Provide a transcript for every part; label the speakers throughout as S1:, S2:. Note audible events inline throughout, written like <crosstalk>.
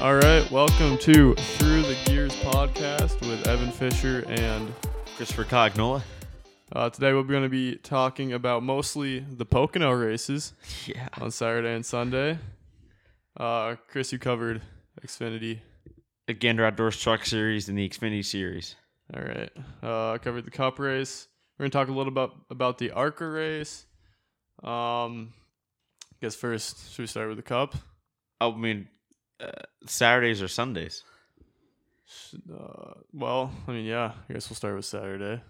S1: All right, welcome to Through the Gears podcast with Evan Fisher, and
S2: Christopher Cognola.
S1: uh, today we're going to be talking about mostly the Pocono races
S2: Yeah.
S1: on Saturday and Sunday. Uh, Chris, you covered Xfinity.
S2: The Gander Outdoors Truck Series and the Xfinity Series.
S1: All right, uh, I covered the Cup race. We're going to talk a little about about the ARCA race. Um, I guess first, should we start with the Cup?
S2: I mean, uh, Saturdays or Sundays.
S1: Uh, well, I mean, yeah, I guess we'll start with Saturday.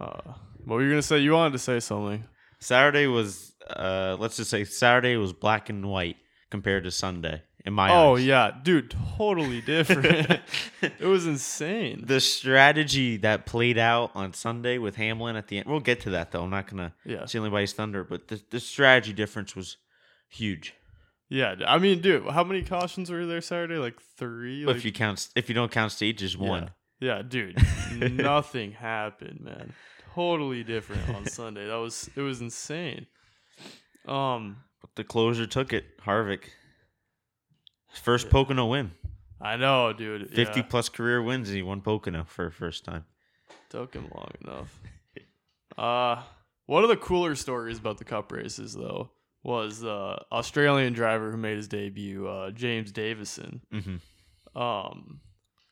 S1: Uh, what were you gonna say? You wanted to say something.
S2: Saturday was, uh, let's just say Saturday was black and white compared to Sunday in my
S1: Oh
S2: eyes.
S1: yeah, dude, totally <laughs>
S2: <laughs>
S1: different. it was insane.
S2: the strategy that played out on Sunday with Hamlin at the end. We'll get to that though. I'm not gonna
S1: yeah,
S2: steal anybody's thunder, but the the strategy difference was huge.
S1: yeah. d- I mean, dude, how many cautions were there Saturday? Like three. Like,
S2: if you count, if you don't count stages,
S1: yeah.
S2: one.
S1: Yeah, dude, nothing happened, man. Totally different on Sunday. That was it was insane. Um,
S2: But the closer took it. Harvick, first Pocono win.
S1: I know, dude.
S2: 50
S1: yeah.
S2: plus career wins and he won Pocono for the first time.
S1: Took him long enough. Uh one of the cooler stories about the cup races though was the Australian driver who made his debut, uh, James Davison.
S2: Mm-hmm.
S1: Um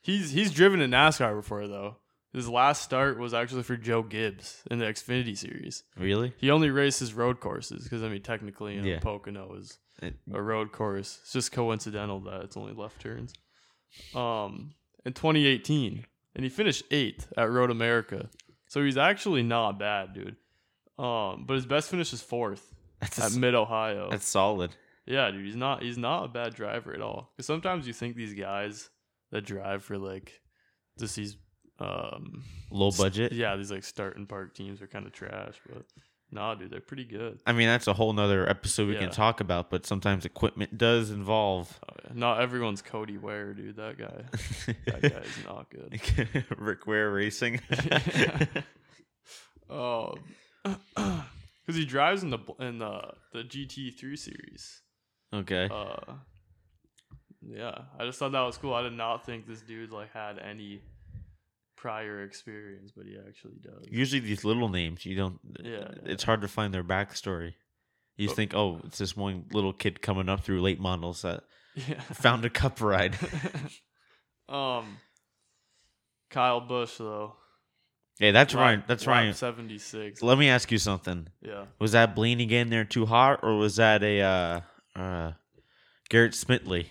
S1: he's he's driven in NASCAR before though. His last start was actually for Joe Gibbs in the Xfinity series.
S2: Really?
S1: He only races road courses because I mean technically you know,
S2: Yeah.
S1: Pocono is
S2: It-
S1: a road course. It's just coincidental that it's only left turns. Um, in 2018, and he finished eighth at Road America, so he's actually not bad, dude. Um, but his best finish is fourth
S2: that's, a
S1: at
S2: s-
S1: Mid Ohio.
S2: that's solid.
S1: Yeah, dude, he's not he's not a bad driver at all. Because sometimes you think these guys that drive for like just these um
S2: Low
S1: s-
S2: budget.
S1: yeah these like start and park teams are kind of trash, but nah, dude, they're pretty good.
S2: I mean, that's a whole nother episode we
S1: Yeah.
S2: can talk about, but sometimes equipment does involve.
S1: Oh, yeah. Not everyone's Cody Ware, dude. That guy, that guy is not good.
S2: <laughs>
S1: <laughs>
S2: Rick Ware Racing.
S1: Oh, <clears throat> because Um, he drives in the bl- in the the GT3 series.
S2: okay.
S1: Uh, yeah, I just thought that was cool. I did not think this dude like had any prior experience, but he actually does.
S2: Usually these little names, you don't.
S1: Yeah,
S2: It's hard to find their backstory. You
S1: But-
S2: think, oh, it's this one little kid coming up through late models that
S1: <laughs> yeah.
S2: found a cup ride.
S1: <laughs>
S2: <laughs>
S1: um, Kyle Bush though.
S2: hey, that's Ryan. That's Ryan.
S1: Seventy six.
S2: Let me ask you something.
S1: Yeah.
S2: Was that Blaney getting there too hot, or was that a uh, uh, Garrett Smitley?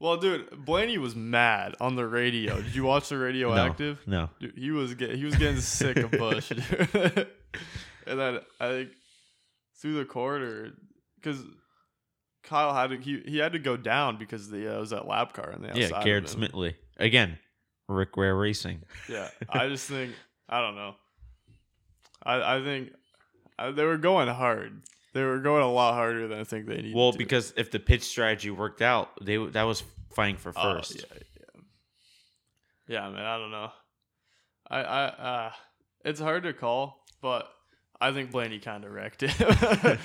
S1: Well, dude, Blaney was mad on the radio. Did you
S2: <laughs>
S1: watch the radio
S2: No.
S1: active?
S2: No,
S1: Dude, he was get, he was getting sick of Bush, dude. <laughs> and then I think through the corridor, because Kyle had to he, he had to go down because the uh, it was that lap car on the outside.
S2: yeah,
S1: of
S2: Garrett
S1: him.
S2: Smitley again. Rick Ware Racing.
S1: Yeah, I just think I don't know. I I think uh they were going hard. They were going a lot harder than I think they needed.
S2: Well,
S1: to.
S2: because if the pitch strategy worked out, they w- that was fighting for
S1: Oh,
S2: first.
S1: yeah, yeah. Yeah, man, I don't know. I I uh it's hard to call, but I think Blaney kind of wrecked
S2: <laughs>
S1: it.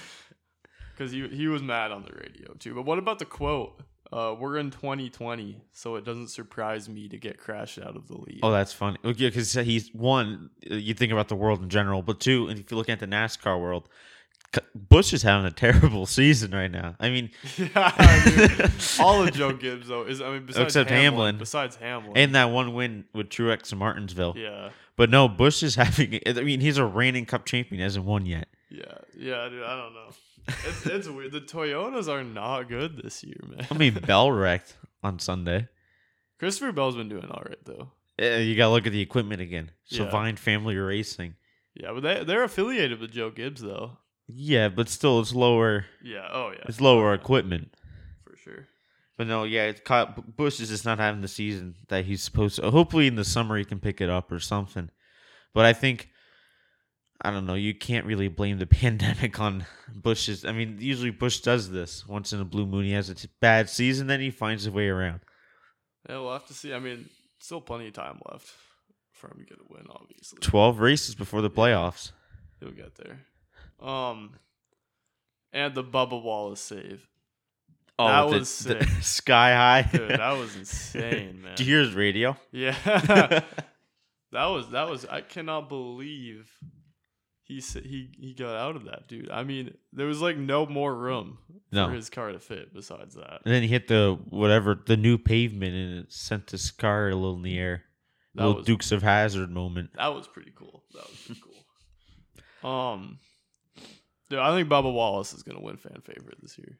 S1: Cuz he he was mad on the radio too. But what about the quote? Uh we're in 2020, so it doesn't surprise me to get crashed out of the league.
S2: Oh, that's funny. Because he's one, uh, you think about the world in general, but two, and if you look at the NASCAR world, C- Bush is having a <laughs> terrible season right now. I mean,
S1: <laughs> yeah.
S2: <laughs>
S1: dude. All of Joe Gibbs though is I mean besides
S2: Except
S1: Hamlin,
S2: Hamlin.
S1: besides Hamlin.
S2: and that one win with Truex and Martinsville.
S1: yeah.
S2: But no, Bush is <laughs> having. I mean, he's a reigning Cup champion. He hasn't won yet.
S1: Yeah. Yeah, dude, I don't know. It's it's weird. The Toyotas are not good this year, man.
S2: I mean, Bell wrecked on Sunday.
S1: Christopher Bell's been doing all right though.
S2: Uh, you gotta look at the equipment again.
S1: Yeah.
S2: Savine Family Racing.
S1: Yeah, but they they're affiliated with Joe Gibbs though.
S2: Yeah, but still, it's lower.
S1: Yeah. Oh yeah.
S2: It's lower equipment.
S1: for sure.
S2: But no, yeah, it's Kyle, Bush is just not having the season that he's supposed to. Hopefully, in the summer he can pick it up or something. But I think, I don't know. You can't really blame the <laughs> pandemic on Bush's. I mean, usually Bush does this once in a blue moon. He has a t- bad season, then he finds a way around.
S1: Yeah, we'll have to see. I mean, still plenty of time left for him to get a win. Obviously,
S2: Twelve races before the playoffs.
S1: he'll get there. Um, and the Bubba Wallace save.
S2: Oh,
S1: That
S2: the-
S1: was
S2: the-
S1: sick.
S2: <laughs> sky high.
S1: Dude, that
S2: <laughs>
S1: was insane, man.
S2: Do you hear his radio?
S1: yeah.
S2: <laughs>
S1: that was that was I cannot believe he s- he he got out of that, dude. I mean, there was like no more room
S2: No.
S1: for his car to fit besides that.
S2: And then he hit the whatever the new pavement, and it sent his car a little in the air.
S1: That
S2: little
S1: was
S2: Dukes of Hazard moment.
S1: that was pretty cool. That was pretty cool. Um Dude, I think Bubba Wallace is gonna win fan favorite this year.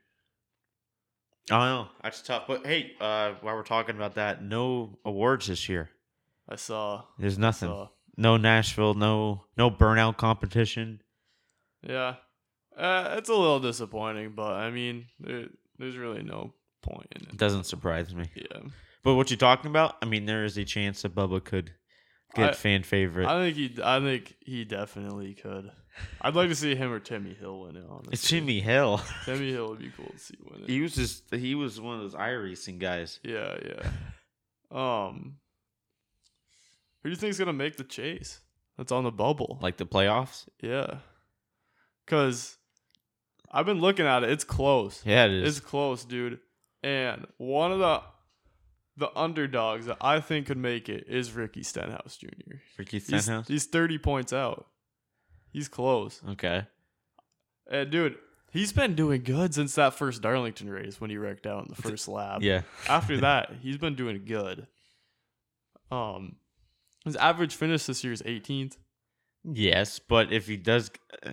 S2: I don't know. That's tough. But hey, uh, while we're talking about that, no awards this year. Uh,
S1: I saw,
S2: There's nothing.
S1: saw
S2: No Nashville. No no burnout competition.
S1: Yeah. Uh, it's a little disappointing, but I mean, there, there's really no point in
S2: It
S1: it.
S2: doesn't surprise me.
S1: Yeah.
S2: But what you're talking about? I mean, there is a chance that Bubba could get
S1: I-
S2: fan favorite.
S1: I think he I think he definitely could. I'd like to see him or Timmy Hill win it, honestly.
S2: it's Jimmy Hill. <laughs>
S1: Timmy Hill would be cool to see win it.
S2: he was just he was one of those iRacing guys.
S1: yeah, yeah. Um Who do you think's gonna make the chase? That's on the bubble.
S2: Like the playoffs?
S1: yeah. Cause I've been looking at it, it's close.
S2: Yeah, it is.
S1: It's close, dude. And one of the the underdogs that I think could make it is Ricky Stenhouse Jr.
S2: Ricky
S1: He's,
S2: Stenhouse.
S1: he's 30 points out. He's close.
S2: Okay.
S1: And dude, he's been doing good since that first Darlington race when he wrecked out in the first lap.
S2: Yeah. <laughs>
S1: After that, he's been doing good. Um his average finish this year is 18th.
S2: Yes, but if he does, uh,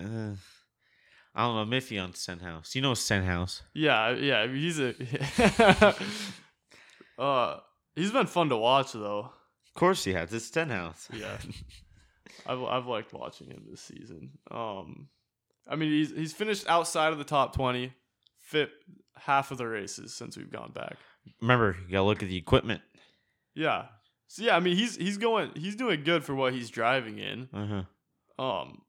S2: I don't know. I'm iffy on Stenhouse. You know Stenhouse.
S1: Yeah, yeah, I mean, he's a <laughs> uh he's been fun to watch though.
S2: Of course he has. It's Stenhouse.
S1: Yeah. I've I've liked watching him this season. Um, I mean he's he's finished outside of the top twenty, fit half of the races since we've gone back.
S2: Remember, you gotta look at the equipment.
S1: Yeah. So yeah, I mean he's he's going he's doing good for what he's driving in.
S2: Uh huh.
S1: Um,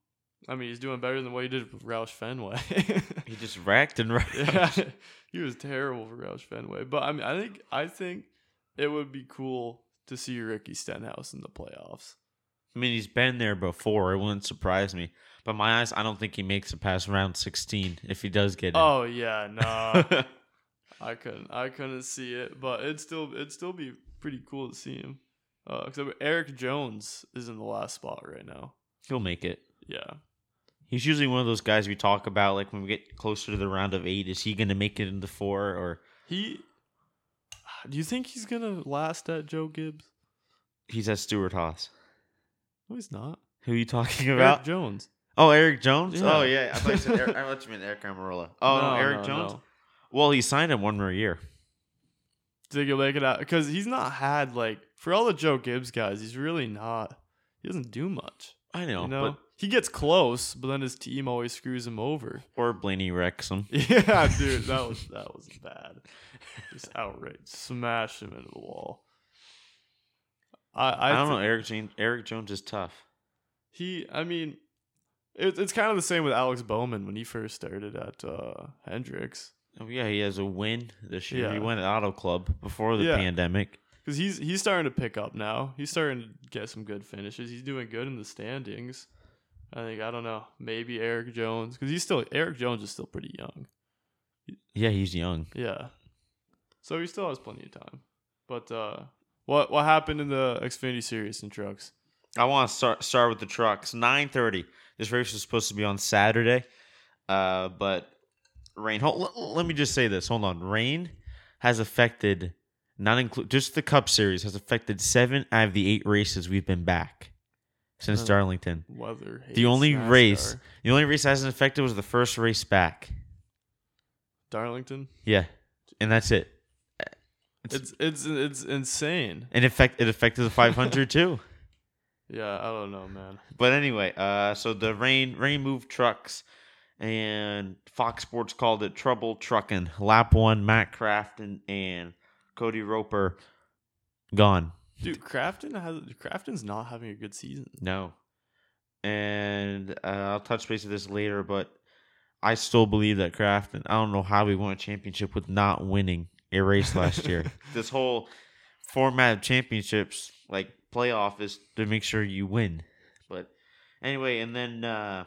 S1: I mean he's doing better than what he did with Roush Fenway. <laughs>
S2: He just racked and <laughs> racked.
S1: yeah, <laughs> he was terrible for Roush Fenway. But I mean I think I think it would be cool to see Ricky Stenhouse in the playoffs.
S2: I mean, he's been there before. It wouldn't surprise me. But my eyes, I don't think he makes it past round 16 if he does get in.
S1: Oh yeah, no.
S2: <laughs>
S1: I couldn't I couldn't see it, but it'd still it'd still be pretty cool to see him. Uh, except Eric Jones is in the last spot right now.
S2: He'll make it.
S1: Yeah,
S2: He's usually one of those guys we talk about. Like when we get closer to the round of eight, is he going to make it into four? Or
S1: he. Do you think he's gonna last at Joe Gibbs?
S2: he's at Stuart Haas?
S1: No, he's not.
S2: Who are you talking <laughs>
S1: Eric
S2: about?
S1: Jones.
S2: Oh, Eric Jones.
S1: Yeah.
S2: Oh yeah, I thought you said Eric, I thought you meant Eric <laughs> Amarola. Oh, no,
S1: No,
S2: Eric
S1: no,
S2: Jones.
S1: no.
S2: Well, he signed him one more year.
S1: Do you think he'll make it out? Because he's not had like for all the Joe Gibbs guys, he's really not. He doesn't do much.
S2: I know,
S1: You know, he gets close, but then his team always screws him over. <laughs>
S2: but or Blaney wrecks him.
S1: Yeah, dude, that was that was bad. Just outright smash him into the wall. I I,
S2: I, don't know.
S1: thi-
S2: Eric James, Eric Jones is tough.
S1: He, I mean, it, it's kind of the same with Alex Bowman when he first started at uh, Hendricks
S2: Oh, yeah, he has a win this year. He
S1: Yeah.
S2: won at Auto Club before the
S1: Yeah.
S2: pandemic.
S1: because he's he's starting to pick up now. He's starting to get some good finishes. He's doing good in the standings. I think I don't know. Maybe Eric Jones because he's still Eric Jones is still pretty young.
S2: Yeah, he's young.
S1: Yeah. So he still has plenty of time. But uh what what happened in the Xfinity series in trucks?
S2: I want to start start with the trucks. Nine thirty. This race was supposed to be on Saturday, uh, but rain. Hold, let- let me just say this. Hold on. Rain has affected, not include just the Cup Series has affected seven out of the eight races we've been back since
S1: Huh.
S2: Darlington.
S1: Weather. hates
S2: The only
S1: NASCAR.
S2: race, the only race that hasn't affected was the first race back.
S1: Darlington.
S2: Yeah, and that's it.
S1: It's it's it's insane.
S2: And affect it affected the five hundred too.
S1: Yeah, I don't know, man.
S2: But anyway, uh, so the rain rain moved trucks, and Fox Sports called it trouble trucking. Lap one, Matt Crafton and Cody Roper gone.
S1: Dude, Crafton has Crafton's not having a good season.
S2: No, and uh, I'll touch base with this later, but I still believe that Crafton. I don't know how he won a championship with not winning a race last
S1: <laughs>
S2: year. <laughs> this whole format of championships, like playoff, is to make sure you win. But anyway, and then uh,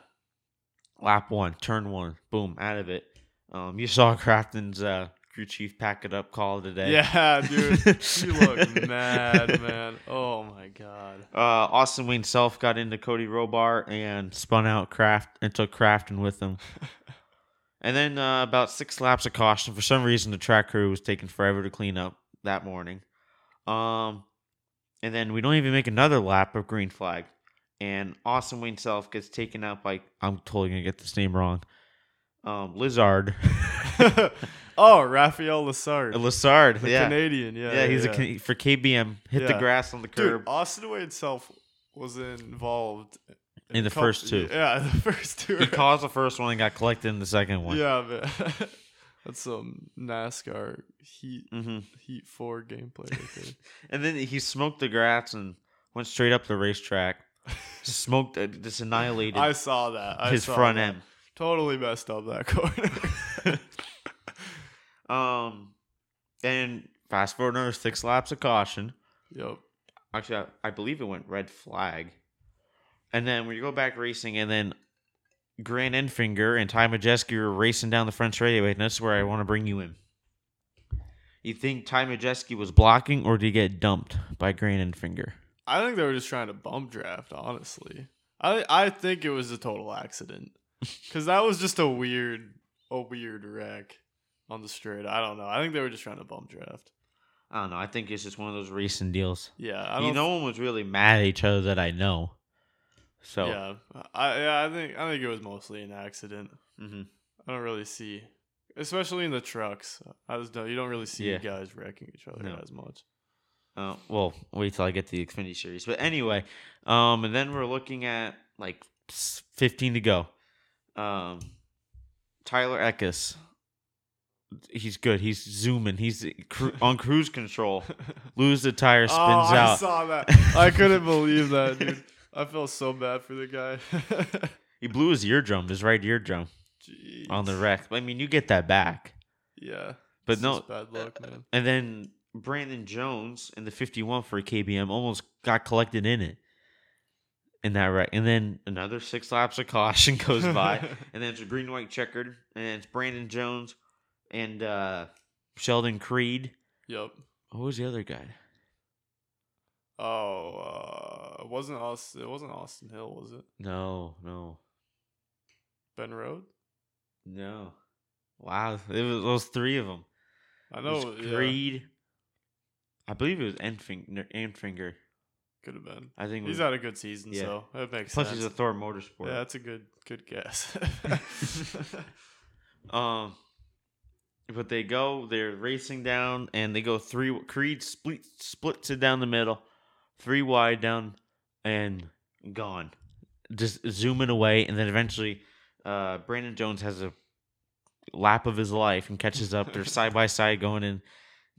S2: lap one, turn one, boom, out of it. Um, you saw <laughs> Crafton's uh, crew chief pack it up call today.
S1: Yeah, dude. you
S2: <laughs>
S1: look mad, man. Oh my god. <laughs>
S2: Uh, Austin Wayne Self got into Cody Robar and spun out Craft and took Crafton
S1: <laughs>
S2: with him. and then uh, about six laps of caution. For some reason, the track crew was taking forever to clean up that morning. Um, and then we don't even make another lap of green flag. And Austin Wayne Self gets taken out by, I'm totally going to get this name wrong, um,
S1: <laughs>
S2: Lizard. <laughs>
S1: oh, Raphael Lassard.
S2: Lizard,
S1: The
S2: yeah.
S1: Canadian, yeah.
S2: yeah, he's a Can- for KBM. Hit the
S1: Yeah.
S2: grass on the curb.
S1: Dude, <laughs> Austin Way itself was involved
S2: In the
S1: a cou-
S2: first two.
S1: Yeah, <laughs> the first two. <laughs>
S2: he caused the first one and got collected in the second one.
S1: yeah, man. <laughs> That's some NASCAR Heat
S2: hmm
S1: Heat Four gameplay
S2: <laughs>
S1: right
S2: And then he smoked the grass and went straight up the
S1: <laughs>
S2: racetrack. smoked, uh, just annihilated
S1: there. I saw that. I
S2: his
S1: saw
S2: front
S1: that.
S2: end.
S1: Totally messed up that <laughs>
S2: <laughs>
S1: corner.
S2: Um, and fast forward another six laps of caution.
S1: yep.
S2: Actually, I, I believe it went red flag. And then when you go back racing, and then Grant Enfinger and Ty Majeski were racing down the French radio, and that's where I want to bring you in. You think Ty Majeski was blocking, or did he get dumped by Grant Enfinger?
S1: I think they were just trying to bump draft, honestly. I I think it was a total
S2: <laughs>
S1: accident. Cause that was just a weird a weird wreck on the straight. I don't know. I think they were just trying to bump draft.
S2: I don't know. I think it's just one of those racing deals.
S1: Yeah, I don't
S2: You, no one was really mad at each other that I know. So,
S1: Yeah. I yeah, I think I think it was mostly an accident.
S2: mhm.
S1: I don't really see especially in the trucks. I just don't you don't really see
S2: Yeah.
S1: guys wrecking each other
S2: No.
S1: as much. <laughs>
S2: Uh, well, wait till I get to the Xfinity series. But anyway, um, and then we're looking at like s- 15 to go. Um, Tyler Eckes, he's good. He's zooming. He's
S1: <laughs>
S2: cru- on cruise control. Lose the tire, spins
S1: oh, I
S2: out.
S1: saw
S2: <laughs>
S1: that. I couldn't believe that, dude. I felt so bad for the guy. <laughs>
S2: He blew his eardrum, his right eardrum,
S1: Jeez.
S2: on the wreck. I mean, you get that back.
S1: Yeah.
S2: But
S1: It's
S2: no, uh,
S1: just bad luck, man.
S2: And then Brandon Jones in the 51 for KBM almost got collected in it in that wreck. And then another six laps of caution <laughs> goes
S1: <laughs>
S2: by. and then it's a green white checkered. And it's Brandon Jones and uh, Sheldon Creed.
S1: yep.
S2: Who was the other guy?
S1: Oh, uh, it wasn't Austin. It wasn't Austin Hill, was it?
S2: No, no,
S1: Ben Road.
S2: no. Wow. It was those three of them.
S1: I
S2: It
S1: know.
S2: was Creed. I believe it was Enfing- Enfinger.
S1: could have been.
S2: I think it
S1: He's
S2: was,
S1: had a good season,
S2: Yeah.
S1: so that makes
S2: plus
S1: sense.
S2: he's a Thor Motorsport.
S1: yeah, that's a good good
S2: <laughs>
S1: guess. <laughs>
S2: Um, but they go, they're racing down, and they go three. Creed split, splits it down the middle, three wide down, and gone. Just zooming away, and then eventually, uh, Brandon Jones has a lap of his life and catches up. They're side by side going in,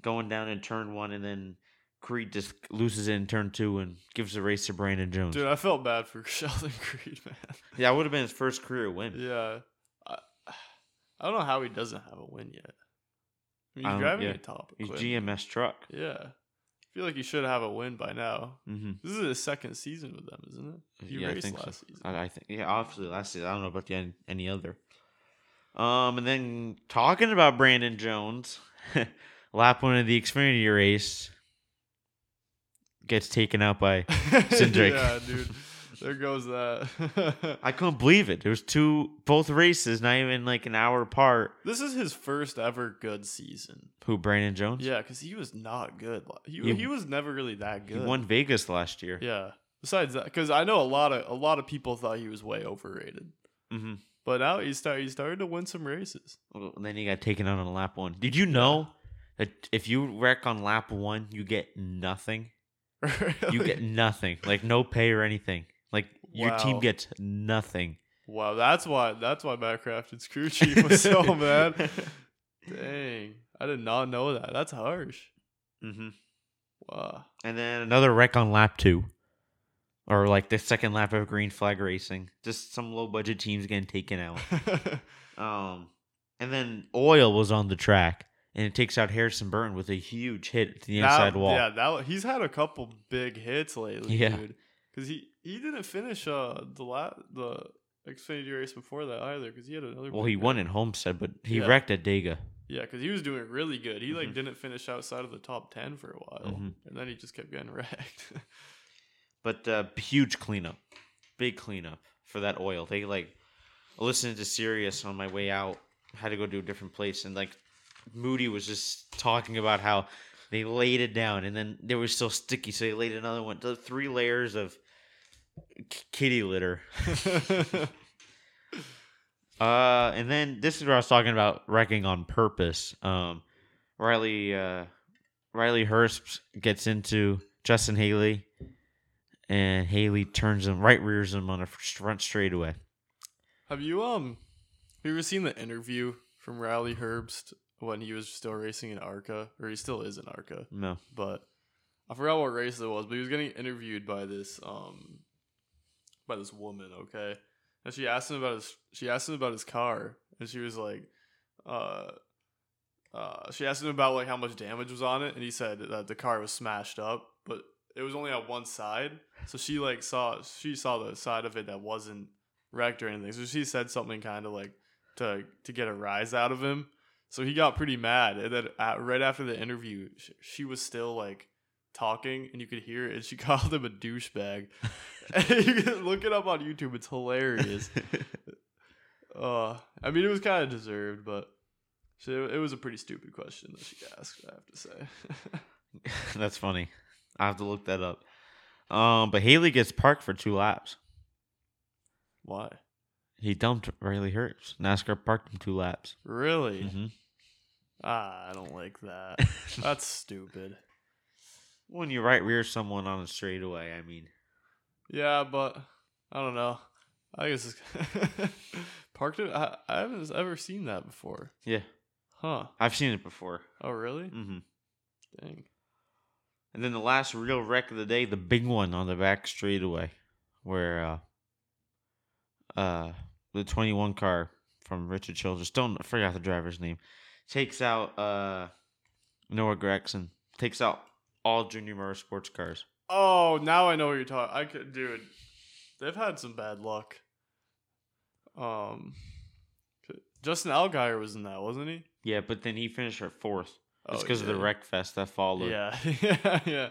S2: going down in turn one, and then Creed just loses it in turn two and gives the race to Brandon Jones.
S1: Dude, I felt bad for <laughs> Sheldon Creed, man.
S2: yeah, that would have been his first career win.
S1: Yeah, I, I don't know how he doesn't have a win yet. I mean,
S2: I
S1: he's
S2: don't-
S1: driving
S2: yeah.
S1: a top.
S2: He's
S1: equipment.
S2: GMS truck.
S1: Yeah, I feel like he should have a win by now.
S2: Mm-hmm.
S1: This is his second season with them, isn't it? He
S2: Yeah, I
S1: raced
S2: think so.
S1: last season.
S2: I, I think yeah, obviously last season. I don't know about the any, any other. Um, and then talking about Brandon Jones, <laughs> lap one of the Xfinity race gets taken out by.
S1: <laughs>
S2: Cindric.
S1: yeah, dude. There goes that. <laughs>
S2: I couldn't believe it. There was two, both races, not even like an hour apart.
S1: this is his first ever good season.
S2: Who Brandon Jones?
S1: Yeah, because he was not good. Like, He,
S2: He-
S1: he, was never really that
S2: he
S1: good.
S2: won Vegas last year.
S1: Yeah. Besides that, because I know a lot of a lot of people thought he was way overrated,
S2: hmm
S1: but now he's start, he started to win some races. <laughs>
S2: And then he got taken out on lap one. Did you know that if you wreck on lap one, you get nothing? You
S1: Really? <laughs>
S2: get nothing, like no pay or anything. Like your team
S1: Wow.
S2: gets nothing.
S1: wow. That's why that's why Matt Crafton's crew chief
S2: <laughs>
S1: was so mad. Dang, I did not know that. That's harsh.
S2: hmm
S1: Wow. <laughs>
S2: And then another wreck on lap two, or like the second lap of green flag racing. Just some low budget teams getting taken out. Um, and then oil was on the track, and it takes out Harrison Burton with a huge hit to the
S1: That-
S2: inside wall.
S1: Yeah, that he's had a couple big hits lately,
S2: Yeah.
S1: dude. Because he he didn't finish uh the la- the Xfinity race before that either. Because he had another.
S2: Well,
S1: big
S2: he
S1: wreck.
S2: won in Homestead, but he
S1: Yeah.
S2: wrecked at Dega.
S1: Yeah, because he was doing really good. He like
S2: Mhm.
S1: didn't finish outside of the top ten for a while,
S2: Mhm.
S1: and then he just kept getting <laughs>
S2: <laughs>
S1: wrecked.
S2: But uh, huge cleanup, big cleanup for that oil. They like listening to Sirius on my way out. Had to go to a different place, and like Moody was just talking about how they laid it down, and then they were still sticky, so they laid another one. The three layers of k- kitty litter. Uh, and then this is where I was talking about wrecking on purpose. Um, Riley uh, Riley Hurst gets into Justin Haley, and Haley turns him right rears him on a front straightaway.
S1: Have you um, have you ever seen the interview from Riley Herbst when he was still racing in Arca, or he still is in Arca,
S2: No, <laughs>
S1: but I forgot what race it was, but he was getting interviewed by this um, by this woman, okay, and she asked him about his she asked him about his car, and she was like, uh. Uh, she asked him about like how much damage was on it, and he said that the car was smashed up, but it was only on one side. So she like saw she saw the side of it that wasn't wrecked or anything. So she said something kind of like to to get a rise out of him. So he got pretty mad, and then uh, right after the interview, sh- she was still like talking, and you could hear it. And she <laughs> called him a douchebag. <laughs> you can look it up on YouTube; it's hilarious. uh, I mean, it was kind of deserved, but she, it was a pretty stupid question that she asked. I have to say. <laughs>
S2: that's funny. I have to look that up. Um, but Haley gets parked for two laps.
S1: Why?
S2: He dumped Riley Hurst. NASCAR parked him two laps.
S1: Really?
S2: hmm
S1: Ah, I don't like that.
S2: <laughs>
S1: <laughs> That's stupid.
S2: Mm-hmm. When you right rear someone on a straightaway, I mean,
S1: Yeah, but I don't know. I guess it's <laughs> parked it. I, I haven't ever seen that before.
S2: yeah,
S1: Huh.
S2: I've seen it before.
S1: Oh, really?
S2: hmm
S1: Dang.
S2: And then the last real wreck of the day, the big one on the back straightaway, where uh, uh, the 21 car from Richard Childress, don't I forgot the driver's name, takes out uh, Noah Gregson, takes out all Junior Murray sports cars.
S1: Oh, now I know what you're talking. I could, dude. They've had some bad luck. Um, Justin Allgaier was in that, wasn't he?
S2: Yeah, but then he finished at fourth.
S1: Oh,
S2: it's because of the
S1: yeah.
S2: wreck fest that followed.
S1: Yeah, <laughs> yeah, yeah.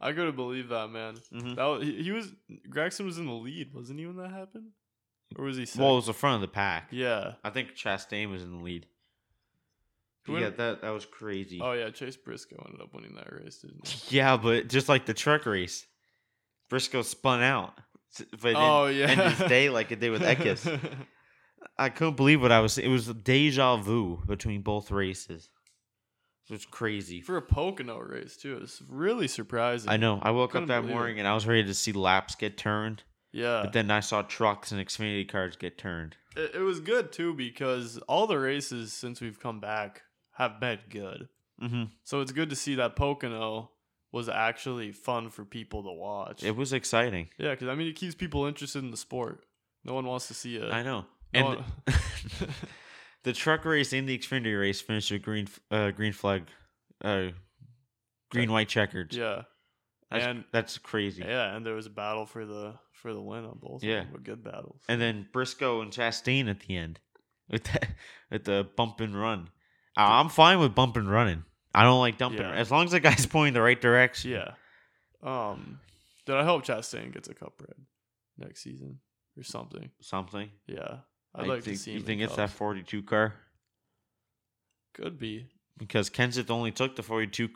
S1: I could have believed that, man.
S2: hmm
S1: That was, he, he was Gregson was in the lead, wasn't he, when that happened? Or was he? Second?
S2: Well, it was the front of the pack.
S1: yeah.
S2: I think Chastain was in the lead.
S1: Who
S2: yeah,
S1: ended-
S2: that that was crazy.
S1: Oh yeah, Chase Briscoe ended up winning that race, didn't he?
S2: Yeah, but just like the truck race, Briscoe spun out. S- But it
S1: Oh,
S2: didn't
S1: yeah.
S2: end his day like it did <laughs> with Eckes. I couldn't believe what I was. It was deja vu between both races. It was
S1: <laughs>
S2: crazy.
S1: For a Pocono race too, it's really surprising.
S2: I know. I woke up
S1: Couldn't
S2: that
S1: believe it.
S2: morning and I was ready to see laps get turned,
S1: Yeah,
S2: but then I saw trucks and Xfinity cars get turned.
S1: it, it was good too because all the races since we've come back have been good.
S2: hmm
S1: So it's good to see that Pocono was actually fun for people to watch.
S2: It was exciting.
S1: yeah, because I mean it keeps people interested in the sport. No one wants to see a
S2: I know.
S1: no uh,
S2: And
S1: one-
S2: <laughs> the truck race and the Xfinity race finished with green, f- uh, green flag, uh, green white checkers.
S1: yeah,
S2: That's,
S1: and-
S2: that's crazy.
S1: yeah, and there was a battle for the for the win on both. of
S2: Yeah.
S1: them, were good battles.
S2: and then Briscoe and Chastain at the end with the, <laughs> with the bump and run. I- I'm fine with bump and running. I don't like dumping
S1: Yeah.
S2: as long as the guy's <laughs> pointing the right direction.
S1: Yeah. Um, did I hope Chastain gets a cup red next season or something?
S2: something.
S1: Yeah, I'd
S2: I
S1: like
S2: think,
S1: to see.
S2: You
S1: him in
S2: think it's that
S1: cups.
S2: 42 car
S1: Could be.
S2: because Kenseth only took the 42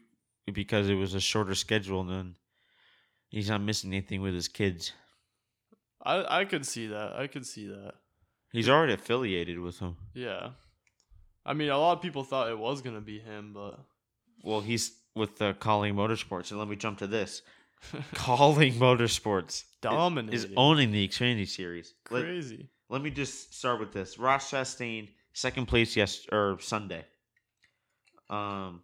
S2: because it was a shorter schedule and then he's not missing anything with his kids.
S1: I I could see that. I could see that.
S2: He's already affiliated with him.
S1: Yeah. I mean, a lot of people thought it was gonna be him, but <laughs>
S2: Well, he's with uh, Calling Motorsports, and let me jump to this. Calling Motorsports
S1: dominated.
S2: is owning the Xfinity Series. Let-
S1: crazy.
S2: Let me just start with this. Ross Chastain, second place yes or Sunday. Um,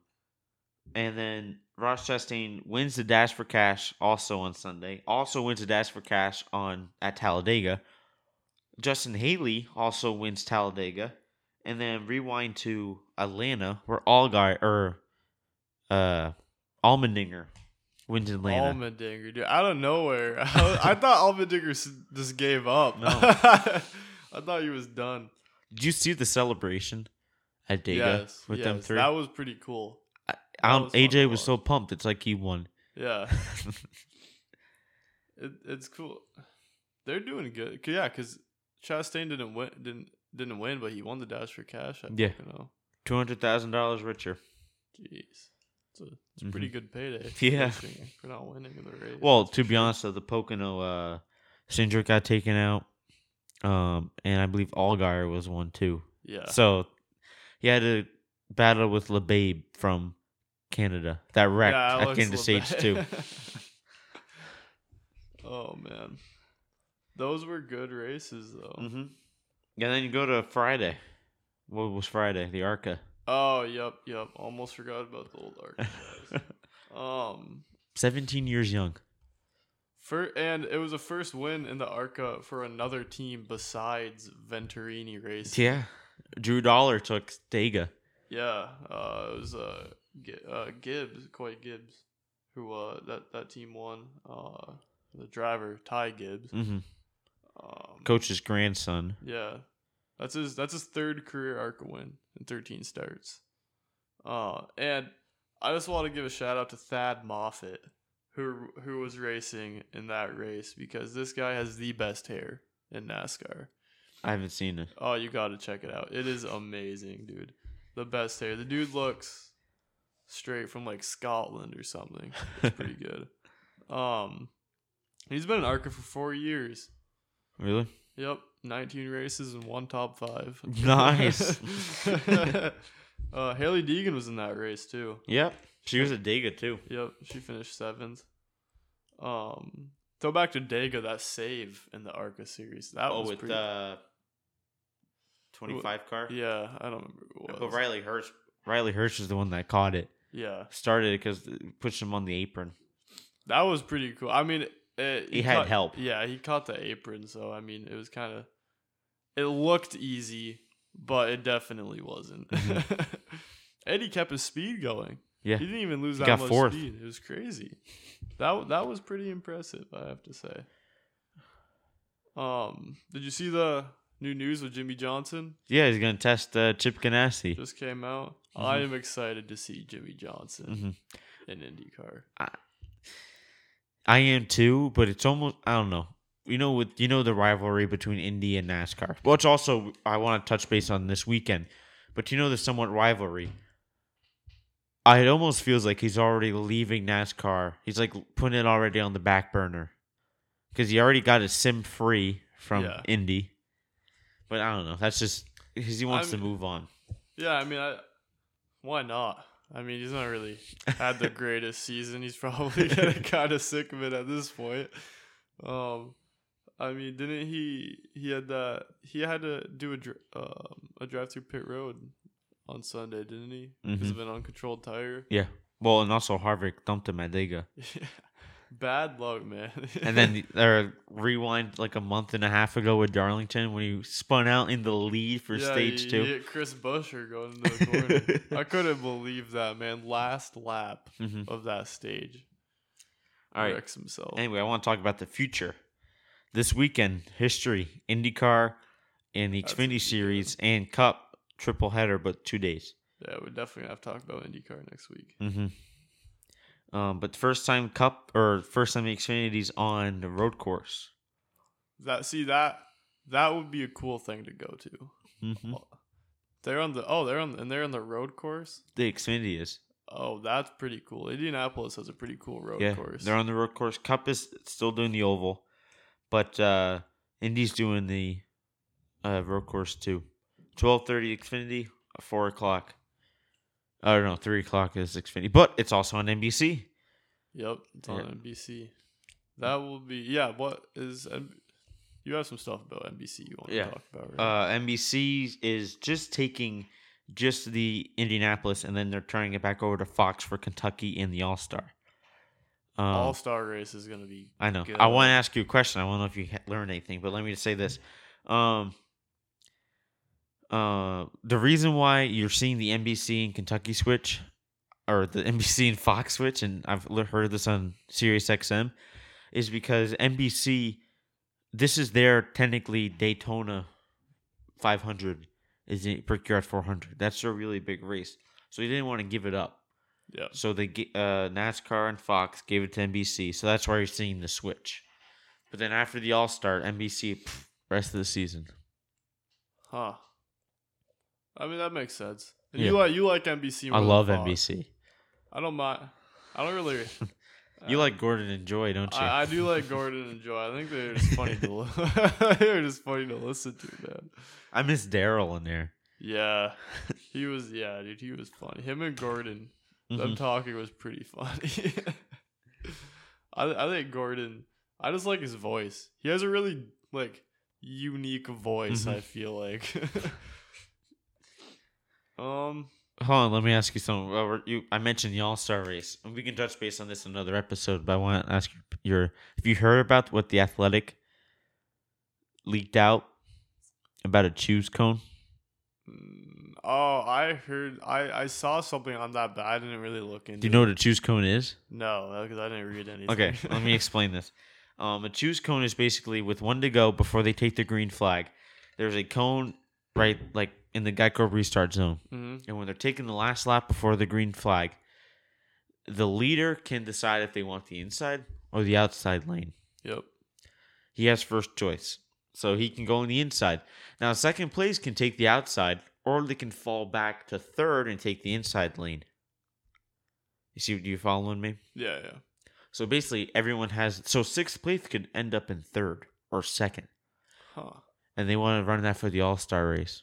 S2: and then Ross Chastain wins the Dash for Cash also on Sunday. Also wins the Dash for Cash on at Talladega. Justin Haley also wins Talladega, and then rewind to Atlanta where Allgaier or uh Almendinger wins Atlanta.
S1: Almendinger, dude, out of nowhere. <laughs> I, was- I thought Almendinger s- just gave up. <laughs>
S2: No.
S1: I thought he was done.
S2: Did you see the celebration at Dega
S1: yes,
S2: with them
S1: yes,
S2: three.
S1: That was pretty cool. that
S2: Um,
S1: was fun to
S2: AJ was
S1: watch.
S2: so pumped. It's like he won. <laughs>
S1: Yeah, it, it's cool. They're doing good. 'Cause- yeah, because Chastain didn't win, didn't didn't win, but he won the dash for cash. I
S2: Yeah.
S1: fucking know.
S2: Two hundred thousand dollars richer.
S1: Jeez, it's a, it's a pretty
S2: Mhm.
S1: good payday.
S2: <laughs> Yeah.
S1: considering for not winning in the race.
S2: Well, to be honest, though, the Pocono uh, Sindrick got taken out, um, and I believe Allgaier was one too.
S1: yeah,
S2: So he had to battle with LeBabe from Canada. That wrecked
S1: Yeah,
S2: back
S1: Alex
S2: into stage two.
S1: <laughs> Lebat- oh man, those were good races though.
S2: Mm-hmm. And then you go to Friday. What was Friday? The Arca.
S1: Oh, yep, yep. Almost forgot about the old <laughs> arc.
S2: <laughs>
S1: um,
S2: Seventeen years young.
S1: fir- and it was a first win in the Arca for another team besides Venturini Racing.
S2: Yeah. Drew Dollar took Dega.
S1: Yeah, uh, it was uh, G- uh Gibbs, Coy Gibbs, who uh that that team won. Uh, the driver Ty Gibbs.
S2: Mm-hmm.
S1: Um,
S2: Coach's grandson.
S1: Yeah, that's his that's his third career ARCA win in 13 starts. Uh, and I just want to give a shout out to Thad Moffitt, who who was racing in that race because this guy has the best hair in NASCAR.
S2: I haven't seen it.
S1: Oh, you got to check it out. It is amazing, dude. The best hair. The dude looks straight from like Scotland or something. It's pretty
S2: <laughs>
S1: good. Um, he's been an ARCA for four years.
S2: Really?
S1: Yep, 19 races and one top five.
S2: Nice.
S1: <laughs>
S2: <laughs>
S1: uh, Haley Deegan was in that race too.
S2: Yep. She was a Dega too.
S1: Yep, she finished seventh. Um, throw back to Dega that save in the Arca series. That
S2: Oh,
S1: was
S2: with
S1: pretty.
S2: uh, twenty-five car.
S1: yeah, I don't remember who it was.
S2: but Riley Hirsch. Riley Hirsch is the one that caught it.
S1: Yeah,
S2: Started it because pushed him on the apron.
S1: that was pretty cool. I mean, it,
S2: He had
S1: caught-
S2: help.
S1: Yeah, he caught the apron, so I mean, it was kind of. It looked easy, but it definitely wasn't. <laughs> Eddie kept his speed going.
S2: Mm-hmm. Yeah.
S1: He didn't even lose
S2: He
S1: that
S2: got
S1: much
S2: fourth.
S1: speed. It was crazy. That that was pretty impressive, I have to say. Um, did you see the new news with Jimmy Johnson?
S2: Yeah, he's gonna test uh, Chip Ganassi.
S1: Just came out. I
S2: Mm-hmm.
S1: am excited to see Jimmy Johnson
S2: hmm
S1: in IndyCar.
S2: I am too, but it's almost I don't know. You know, with you know the rivalry between Indy and NASCAR, which also I want to touch base on this weekend. But you know the somewhat rivalry. I, it almost feels like he's already leaving NASCAR. He's like putting it already on the back burner because he already got his sim free from
S1: Yeah.
S2: Indy. But I don't know. That's just because he wants
S1: I'm-
S2: to move on.
S1: Yeah, I mean, I, why not? I mean, he's not really had the greatest season. He's <laughs> probably
S2: <laughs>
S1: getting kind of sick of it at this point. Um, I mean, didn't he? He had that. He had to do a dr- um, a drive through pit road on Sunday, didn't he? Because
S2: Mm-hmm.
S1: of an uncontrolled tire. <laughs>
S2: Yeah. Well, and also Harvick dumped him at Dega.
S1: Bad luck, man. <laughs>
S2: And then or rewind like a month and a half ago with Darlington when he spun out in the lead for
S1: Yeah,
S2: stage
S1: you-
S2: two.
S1: you get Chris Busher going into
S2: <laughs>
S1: the corner. I couldn't believe that, man. Last lap
S2: Mhm.
S1: of that stage.
S2: All right.
S1: Wrecks himself.
S2: Anyway, I want to talk about the future. This weekend, history, IndyCar and the
S1: That's
S2: Xfinity
S1: what you
S2: Series and Cup triple header, but two days.
S1: Yeah, we're definitely gonna have to talk about IndyCar next week.
S2: hmm Um, but first time Cup or first time the Xfinity's on the road course.
S1: That see that that would be a cool thing to go to.
S2: hmm
S1: They're on the oh they're on and they're on the road course.
S2: The Xfinity is.
S1: Oh, that's pretty cool. Indianapolis has a pretty cool road
S2: yeah,
S1: course.
S2: They're on the road course. Cup is still doing the oval, but uh Indy's doing the uh road course too. Twelve thirty Xfinity, four o'clock. I don't know, three o'clock is Xfinity, but it's also on NBC.
S1: yep, it's
S2: Yeah.
S1: on NBC. That will be yeah. What is N- you have some stuff about NBC you want
S2: Yeah.
S1: to talk about? Right?
S2: Uh NBC is just taking just the Indianapolis, and then they're turning it back over to Fox for Kentucky and the All Star. Um,
S1: All Star Race is gonna be
S2: I know.
S1: good.
S2: I want to ask you a question. I don't know if you ha- learned anything, but let me just say this. Um, uh, the reason why you're seeing the NBC and Kentucky switch, or the <laughs> NBC and Fox switch, and I've le- heard this on Sirius XM, is because NBC, this is their technically Daytona 500 is the Brickyard 400. That's a really big race. So he didn't want to give it up.
S1: Yeah.
S2: So they ga- uh, NASCAR and Fox gave it to NBC. So that's why you're seeing the switch. But then after the All Star, NBC pff, rest of the season.
S1: Huh. I mean that makes sense. And
S2: Yeah.
S1: You like you like NBC. More
S2: I
S1: than
S2: love
S1: Fox.
S2: NBC.
S1: I don't mind. I don't really.
S2: You like Gordon and Joy, don't you?
S1: Uh, I, I do
S2: <laughs>
S1: like Gordon and Joy. I think they're just funny to. Li- <laughs> they're just funny to listen to, man.
S2: I miss Daryl in there.
S1: Yeah, he was. Yeah, dude, he was funny. Him and Gordon, them
S2: Mhm.
S1: talking was pretty funny. <laughs> I I think Gordon. I just like his voice. He has a really like unique voice.
S2: Mhm.
S1: I feel like. <laughs> um.
S2: Hold on, let me ask you something. Well, we're- you, I mentioned the All Star race. We can touch base on this in another episode, but I want to ask your, your. Have you heard about what the Athletic leaked out about a choose cone?
S1: Mm, Oh, I heard. I I saw something on that, but I didn't really look into.
S2: Do you
S1: it.
S2: know what a choose cone is?
S1: No, because I didn't read anything.
S2: Okay, let
S1: <laughs>
S2: me explain this. Um, a choose cone is basically with one to go before they take the green flag. There's a cone right like in the Geico restart zone.
S1: hmm
S2: And when they're taking the last lap before the green flag, the leader can decide if they want the inside or the outside lane.
S1: Yep.
S2: He has first choice. So he can go on the inside. Now, second place can take the outside, or they can fall back to third and take the inside lane. You see, do you following me?
S1: Yeah, yeah.
S2: So basically, everyone has. So sixth place could end up in third or second.
S1: Huh.
S2: And they want to run that for the all star race.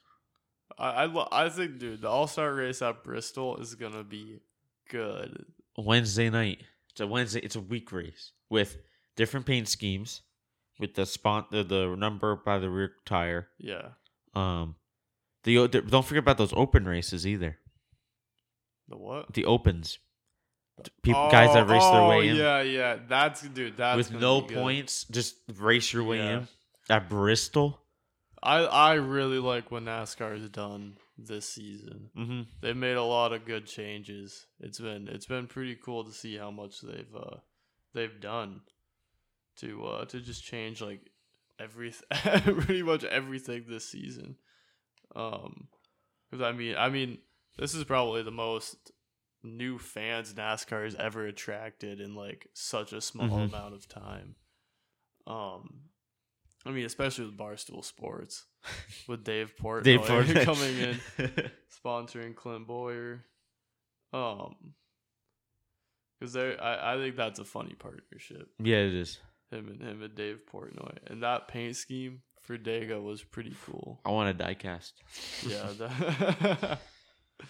S1: I I, lo- I think, dude, the All Star race at Bristol is gonna be good.
S2: Wednesday night. It's a Wednesday. It's a week race with different paint schemes, with the spot the, the number by the rear tire.
S1: Yeah.
S2: Um, the o- the- don't forget about those open races either.
S1: The what?
S2: The opens, people guys that
S1: Oh,
S2: race their
S1: oh,
S2: way in
S1: Yeah, yeah. That's dude. That's
S2: with
S1: gonna
S2: no
S1: be good.
S2: points, just race your way
S1: Yeah.
S2: in at Bristol.
S1: I I really like what NASCAR has done this season.
S2: Mm-hmm.
S1: They've made a lot of good changes. It's been it's been pretty cool to see how much they've uh they've done to uh to just change like everything <laughs> pretty much everything this season. Um 'cause I mean I mean this is probably the most new fans NASCAR has ever attracted in like such a small
S2: Mhm.
S1: amount of time. Um I mean especially with Barstool <laughs> Sports with Dave Portnoy <laughs>
S2: They put-
S1: oh, coming in sponsoring Clint Boyer. Um, because I I think that's a funny partnership.
S2: <laughs> yeah, it is.
S1: Him and him and Dave Portnoy, and that paint scheme for Dago was pretty cool.
S2: I want a diecast. <laughs>
S1: Yeah, that,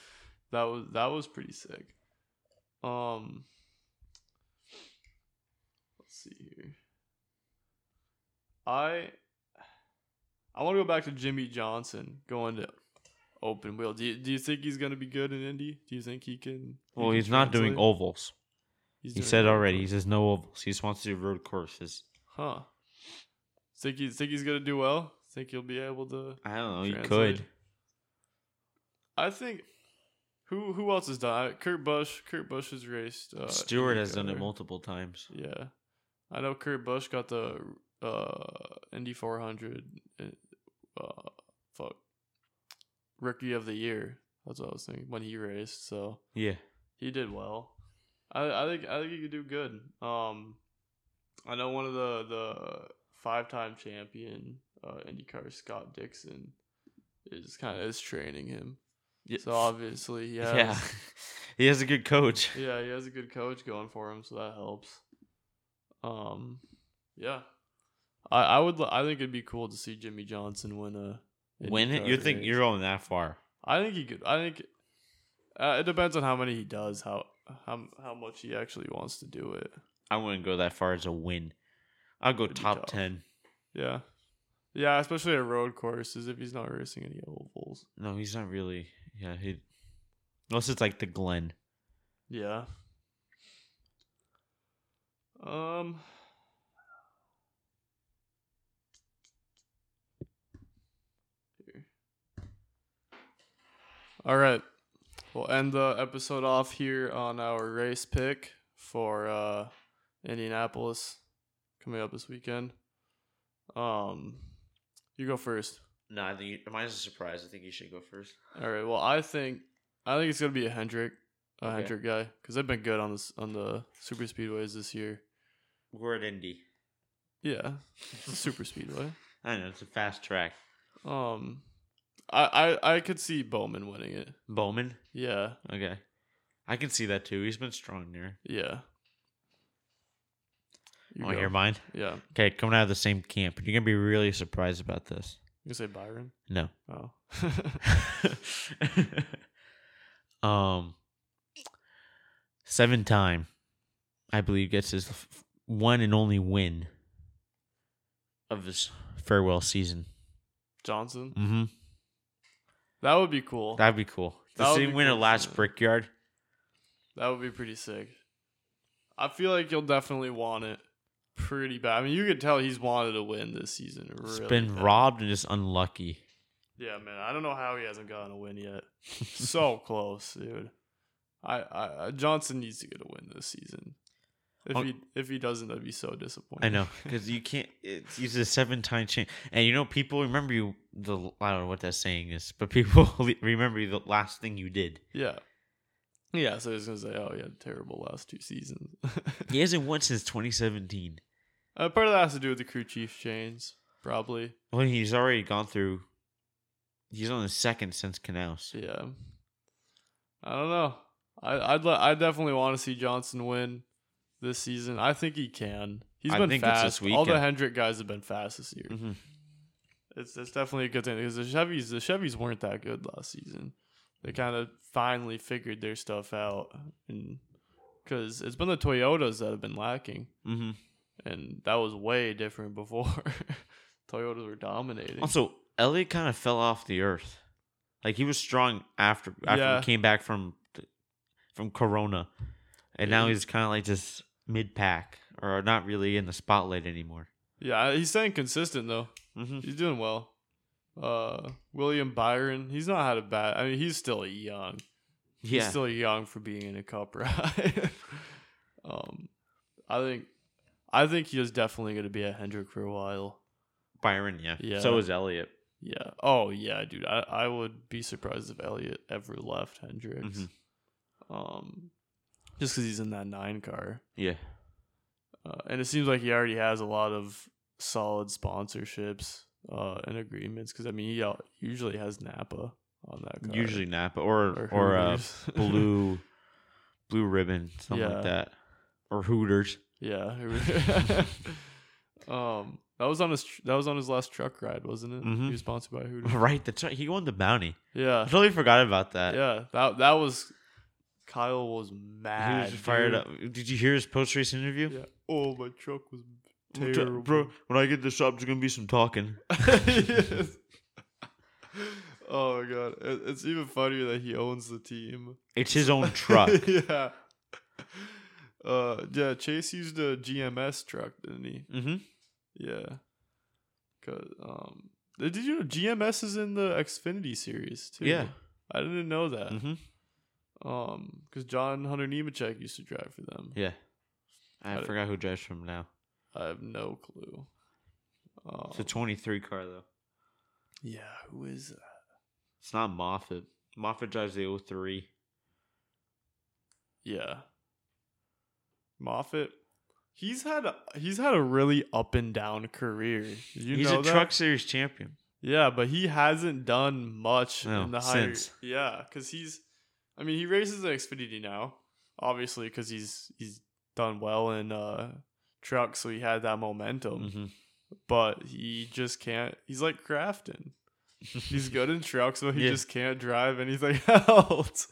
S1: <laughs> that was that was pretty sick. Um, let's see here. I I want to go back to Jimmy Johnson going to open wheel. Do you, do you think he's going to be good in Indy? Do you think he can? he
S2: Well,
S1: can
S2: he's not doing
S1: translate?
S2: ovals.
S1: He's
S2: He
S1: doing
S2: said
S1: open.
S2: already. He says no ovals. He just wants to do road courses.
S1: Huh. Think he think he's gonna do well? Think he'll be able to?
S2: I don't know. You
S1: Translate.
S2: could.
S1: I think. Who who else has done it? Kurt Busch. Kurt Busch has raced. Uh,
S2: Stewart has done it
S1: IndyCar.
S2: multiple times.
S1: Yeah, I know Kurt Busch got the uh, Indy 400. Uh, fuck, rookie of the year. That's what I was thinking when he raced. So
S2: Yeah.
S1: he did well. I, I think I think he could do good. Um, I know one of the the five time champion uh, IndyCar Scott Dixon is kind of is training him. So obviously he has
S2: Yeah. <laughs> he has a good coach.
S1: yeah, he has a good coach going for him, so that helps. Um, yeah, I I would li- I think it'd be cool to see Jimmy Johnson win a
S2: Win it.
S1: IndyCar
S2: You think
S1: race.
S2: you're going that far?
S1: I think he could. I think uh, it depends on how many he does, how how how much he actually wants to do it.
S2: I wouldn't go that far as a win. I'll go
S1: It'd be
S2: top
S1: tough.
S2: ten.
S1: Yeah, yeah, especially at road courses if he's not racing any ovals.
S2: No, he's not really. Yeah, he. Unless it's like the Glen.
S1: Yeah. Um. Here. All right. We'll end the episode off here on our race pick for uh, Indianapolis coming up this weekend. Um, you go first.
S2: No, I think you, mine's a surprise. I think you should go first.
S1: All right. Well, I think I think it's gonna be a Hendrick, a
S2: Okay.
S1: Hendrick guy, because they've been good on this on the super speedways this year.
S2: We're
S1: <laughs>
S2: at Indy.
S1: Yeah, it's
S2: <laughs>
S1: a super speedway.
S2: I know it's a fast track.
S1: Um, I, I I could see Bowman winning it.
S2: Bowman.
S1: Yeah,
S2: Okay, I can see that too. He's been strong there.
S1: yeah. You
S2: Want to
S1: go.
S2: hear mine?
S1: Yeah,
S2: Okay, coming out of the same camp, you're gonna be really surprised about this.
S1: you say Byron.
S2: No. <laughs>
S1: Oh, <laughs>
S2: um, seven time, I believe, gets his f- one and only win of his farewell season.
S1: Johnson.
S2: Mm-hmm.
S1: That would be cool. That,
S2: That'd be cool.
S1: That
S2: Does
S1: would
S2: he
S1: be
S2: win
S1: cool
S2: a
S1: to
S2: last
S1: see.
S2: brickyard?
S1: would be pretty sick. I feel like you'll definitely want it pretty bad. I mean, you could tell he's wanted to win this season. Really
S2: it's been
S1: bad.
S2: robbed and just unlucky.
S1: Yeah, man. I don't know how he hasn't gotten a win
S2: <laughs>
S1: yet. so close, dude. I, I I- Johnson needs to get a win this season. If
S2: Oh.
S1: he if he doesn't, that'd be so disappointing.
S2: I know because you can't. It's, he's a seven-time champ, and you know people remember you. The I don't know what that saying is, but people <laughs> remember the last thing you did.
S1: yeah. Yeah, so he's gonna say, "Oh, yeah, terrible last two seasons." <laughs>
S2: He hasn't won since 2017.
S1: uh, part of that has to do with the crew chief chains, probably.
S2: Well, he's already gone through. He's on the second since Canals.
S1: Yeah, I don't know. I I'd li- I definitely want to see Johnson win this season. I think he can. He's
S2: I
S1: been
S2: think it's
S1: fast.
S2: this
S1: All the
S2: weekend.
S1: Hendrick guys have been fast this year.
S2: Mhm.
S1: It's that's definitely a good thing because the Chevys the Chevys weren't that good last season. They kind of finally figured their stuff out, and because it's been the Toyotas that have been lacking,
S2: Mhm.
S1: and that was way different before. <laughs> Toyotas were dominating.
S2: Also, Elliot kind of fell off the earth. Like he was strong after after
S1: Yeah.
S2: he came back from from Corona, and now
S1: Yeah.
S2: he's kind of like just mid pack or not really in the spotlight anymore.
S1: yeah, he's staying consistent though.
S2: Mm-hmm.
S1: He's doing well. Uh, William Byron, he's not had a bad. I mean, he's still young.
S2: Yeah,
S1: He's still young for being in a cup <laughs> ride. um, I think, I think he is definitely going to be at Hendrick for a while.
S2: Byron. Yeah.
S1: Yeah.
S2: So is Elliot.
S1: Yeah. Oh yeah, dude. I, I would be surprised if Elliot ever left Hendricks.
S2: Mhm.
S1: Um, just because he's in that nine car,
S2: Yeah.
S1: uh, and it seems like he already has a lot of solid sponsorships uh, and agreements. Because I mean, he al- usually has Napa on that. Car.
S2: Usually Napa or or, uh,
S1: Hooters. <laughs>
S2: <laughs> blue blue ribbon something
S1: Yeah.
S2: like that or Hooters. <laughs>
S1: yeah. Hooters. <laughs> um, that was on his tr- that was on his last truck ride, wasn't it?
S2: Mhm.
S1: He was sponsored by Hooters.
S2: <laughs> Right. That's right. He won the bounty. I
S1: Yeah,
S2: totally forgot about that.
S1: yeah. That that was Kyle was
S2: He
S1: mad.
S2: was fired
S1: dude.
S2: up. Did you hear his post race interview?
S1: Yeah. <laughs> Oh, my truck was
S2: T-
S1: terrible,
S2: Bro, <laughs> when I get this job, there's gonna be some talking.
S1: Yes. <laughs> Oh my god, It- it's even funnier that he owns the team.
S2: It's his own
S1: <laughs>
S2: truck.
S1: yeah. Uh, yeah. Chase used a GMS truck, didn't he?
S2: mm-hmm.
S1: Yeah. Cause um, did you know GMS is in the Xfinity series too?
S2: Yeah.
S1: I didn't know that.
S2: Mm-hmm.
S1: Um, because John Hunter Nemechek used to drive for them.
S2: Yeah. I
S1: I-
S2: forgot who drives from now.
S1: I have no clue. Um,
S2: It's a 23 car though.
S1: yeah, who is that?
S2: It's not Moffat. Moffat drives the 03.
S1: Yeah. Moffat, he's had a, he's had a really up and down career. Did You
S2: He's
S1: know
S2: a
S1: that?
S2: truck series champion.
S1: Yeah, but he hasn't done much
S2: No,
S1: in the higher.
S2: since.
S1: Yeah, because he's, I mean, he races at Xfinity now, obviously, because he's he's done well in uh truck, so he had that momentum.
S2: Mm-hmm.
S1: But he just can't. He's like
S2: <laughs>
S1: Crafton. He's good in trucks, but he
S2: Yeah.
S1: just can't drive anything <laughs> else.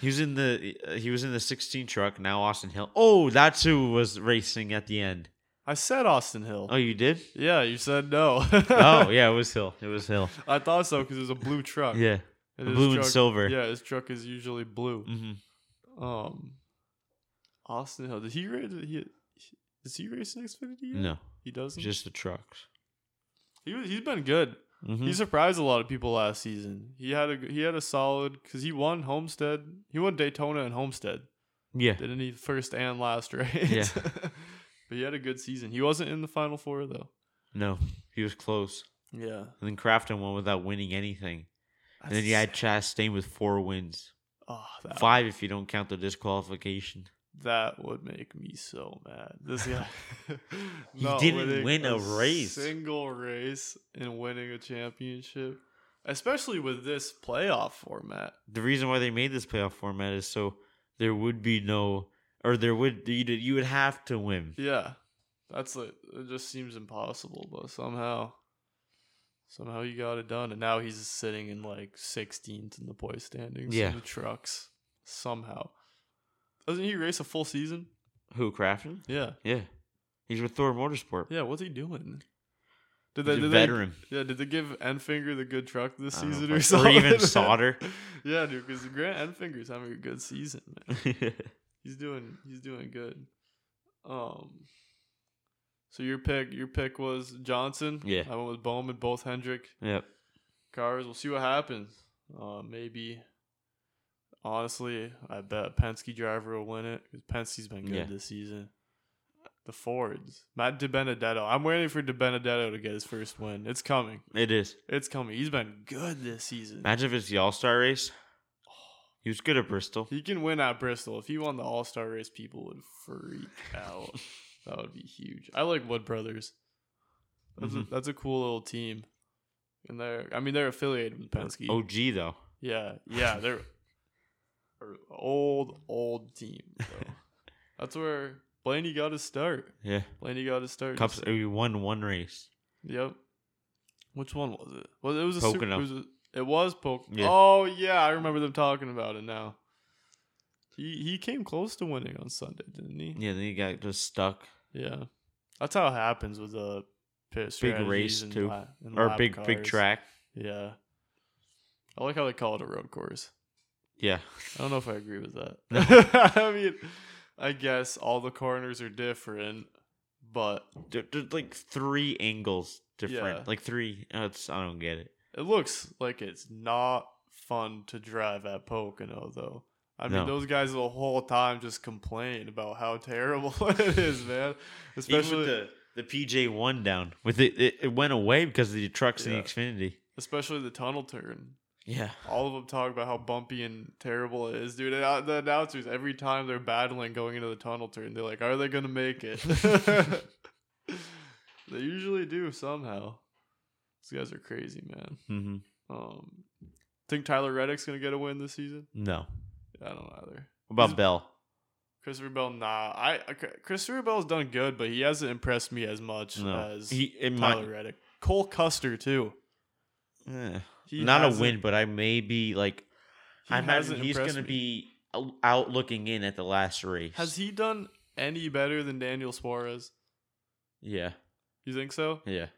S2: He was in the uh, he was in the 16 truck. Now Austin Hill. Oh, that's who was racing at the end.
S1: I said Austin Hill.
S2: Oh, you did?
S1: Yeah, you said no.
S2: <laughs> oh, yeah, it was Hill. It was Hill.
S1: I thought so because it was a blue truck.
S2: <laughs> Yeah,
S1: And his
S2: blue and
S1: truck-
S2: silver.
S1: Yeah, his truck is usually blue.
S2: Mm-hmm.
S1: Um, Austin Hill. Did he race? did He does he race in Xfinity? Yet?
S2: No,
S1: he doesn't.
S2: just the trucks.
S1: he was, he's been good.
S2: Mm-hmm.
S1: He surprised a lot of people last season. He had a he had a solid because he won Homestead. He won Daytona and Homestead.
S2: Yeah.
S1: Didn't he first and last <laughs> race?
S2: Yeah.
S1: but he had a good season. He wasn't in the final four though.
S2: No, he was close.
S1: Yeah.
S2: And then Crafton won without winning anything. And then you had Chastain with four wins.
S1: oh, that,
S2: Five if you don't count the disqualification.
S1: that would make me so mad. This guy.
S2: <laughs> He
S1: not
S2: didn't
S1: winning
S2: win a race.
S1: Single race and winning a championship. Especially with this playoff format.
S2: The reason why they made this playoff format is so there would be no, or there would you you would have to win.
S1: Yeah. That's like, it just seems impossible, but somehow somehow you got it done and now he's sitting in like 16th in the boy standings
S2: Yeah.
S1: in the trucks somehow. Doesn't he race a full season?
S2: Who Crafton?
S1: Yeah.
S2: Yeah, he's with Thor Motorsport.
S1: Yeah, what's he doing? Did
S2: He's a
S1: did
S2: veteran.
S1: yeah, did they give Enfinger the good truck this
S2: I don't know
S1: season
S2: if I-
S1: or something? <laughs>
S2: even Sauter.
S1: yeah, dude, because Grant Enfinger's having a good season. Man. He's doing he's doing good. Um so your pick your pick was Johnson.
S2: Yeah.
S1: I went with Bowman, both Hendrick
S2: yep.
S1: cars. We'll see what happens. Uh, maybe honestly, I bet Penske driver will win it because Penske's been good
S2: Yeah.
S1: this season. The Fords, Matt DiBenedetto. I'm waiting for DiBenedetto to get his first win. It's coming.
S2: It is.
S1: It's coming. He's been good this season.
S2: Imagine if it's the All Star race. He was good at Bristol.
S1: He can win at Bristol. If he won the All Star race, people would
S2: <laughs>
S1: freak out. that would be huge. I like Wood Brothers. That's,
S2: Mhm.
S1: a, that's a cool little team. And they're, I mean, they're affiliated with Penske.
S2: OG though.
S1: Yeah, yeah, they're they're old, old team.
S2: <laughs>
S1: So. That's where Blaney got his start.
S2: Yeah.
S1: Blaney got his start.
S2: Cups. He won one race.
S1: Yep. Which one was it? Well, it was a
S2: Pocono.
S1: Super, it was, a, it was Poc-
S2: Yeah.
S1: Oh yeah, I remember them talking about it now. He he came close to winning on Sunday, didn't he?
S2: Yeah. Then he got just stuck.
S1: Yeah. That's how it happens with the pit
S2: Big
S1: strategies
S2: race,
S1: and
S2: too.
S1: la- and
S2: or
S1: lap
S2: big big
S1: cars.
S2: track.
S1: Yeah. I like how they call it a road course.
S2: Yeah.
S1: I don't know if I agree with that.
S2: No.
S1: <laughs> I mean, I guess all the corners are different, but
S2: There- There's like three angles different.
S1: Yeah.
S2: Like three. uh, It's, I don't get it.
S1: it looks like it's not fun to drive at Pocono, though. I mean,
S2: No.
S1: those guys the whole time just complain about how <laughs> terrible it is, man. Especially,
S2: Even with the, the PJ one down with it, it, it went away because of the trucks
S1: Yeah.
S2: and the Xfinity.
S1: especially the tunnel turn.
S2: Yeah.
S1: All of them talk about how bumpy and terrible it is, dude. And uh, the announcers, every time they're battling going into the tunnel turn, they're like, "Are they gonna make it?" <laughs> they usually do somehow. These guys are crazy, man.
S2: Mm-hmm.
S1: Um, think Tyler Reddick's gonna get a win this season?
S2: No.
S1: I don't either.
S2: What about
S1: He's-
S2: Bell?
S1: Christopher Bell, nah. I I- Christopher Bell's done good, but he hasn't impressed me as much
S2: No.
S1: as
S2: He it
S1: Tyler
S2: might.
S1: Reddick. Cole Custer too.
S2: eh.
S1: He
S2: not a
S1: hasn't-
S2: win, but I may be like
S1: he
S2: I imagine
S1: hasn't
S2: he's
S1: impressed
S2: gonna
S1: me.
S2: be o- out looking in at the last race.
S1: Has he done any better than Daniel Suarez?
S2: Yeah,
S1: You think so?
S2: yeah.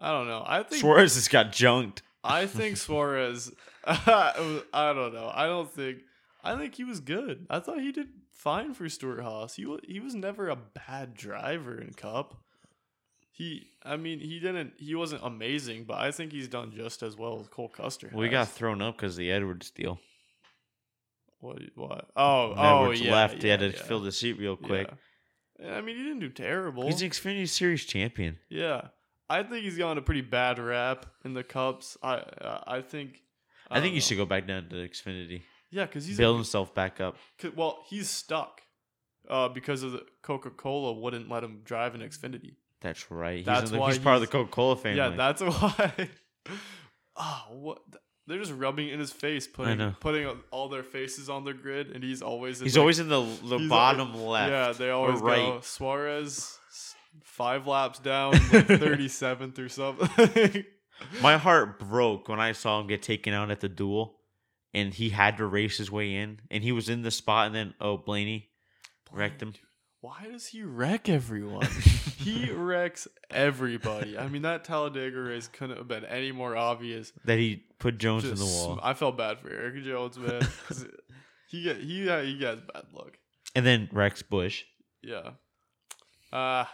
S1: I don't know. I think
S2: Suarez has got junked.
S1: I
S2: <laughs>
S1: think Suarez. <laughs> I don't know. I don't think. I think he was good. I thought he did fine for Stuart Haas. He wa- he was never a bad driver in Cup. He, I mean, he didn't. He wasn't amazing, but I think he's done just as well as Cole Custer.
S2: We got
S1: has.
S2: thrown up because the Edwards deal.
S1: what? What? Oh,
S2: When
S1: oh,
S2: Edwards
S1: yeah.
S2: left. he had
S1: yeah,
S2: to
S1: yeah,
S2: fill the seat real quick.
S1: yeah. And I mean, he didn't do terrible.
S2: He's an Xfinity Series champion.
S1: yeah, I think he's gotten a pretty bad rap in the cups. I, I, I think.
S2: I, think
S1: don't
S2: he
S1: know.
S2: should go back down to Xfinity,
S1: Yeah, because he's a
S2: build himself back up.
S1: Cause, well, he's stuck uh, because of the Coca Cola wouldn't let him drive an Xfinity.
S2: That's right. He's,
S1: That's
S2: in the-
S1: why
S2: he's part of the
S1: he's-
S2: Coca Cola family.
S1: Yeah, that's <laughs> why. Ah, what? They're just rubbing it in his face, putting
S2: know.
S1: putting all their faces on their grid, and he's always in
S2: he's
S1: like-
S2: always in the the
S1: he's
S2: bottom left.
S1: yeah. They always
S2: right.
S1: go Suarez s- five
S2: <laughs>
S1: laps down, thirty seventh or something. <laughs>
S2: My heart broke when I saw him get taken out at the duel, and he had to race his way in, and he was in the spot, and then oh Blaney wrecked him.
S1: Why does he wreck
S2: <laughs>
S1: everyone? he wrecks everybody. I mean, that Talladega race couldn't have been any more obvious.
S2: that he put Jones in the
S1: Just
S2: wall,
S1: sm- I felt bad for Eric Jones,
S2: <laughs>
S1: man. 'cause he get he yeah, he gets bad luck.
S2: and then Rex Bush.
S1: Yeah. Uh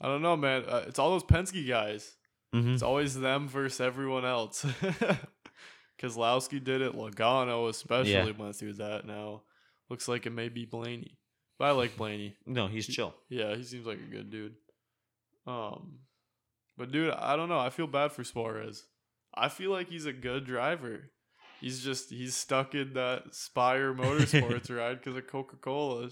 S1: I don't know, man. Uh, it's all those Penske guys.
S2: hmm
S1: It's always them versus everyone else. <laughs> Kozlowski did it. Logano especially
S2: Yeah.
S1: went through that. Now looks like it may be Blaney, but I like Blaney.
S2: No, he's chill.
S1: Yeah, he seems like a good dude. Um, But dude, I don't know. I feel bad for Suarez. I feel like he's a good driver. He's just he's stuck in that Spire Motorsports ride because of Coca <laughs> Cola.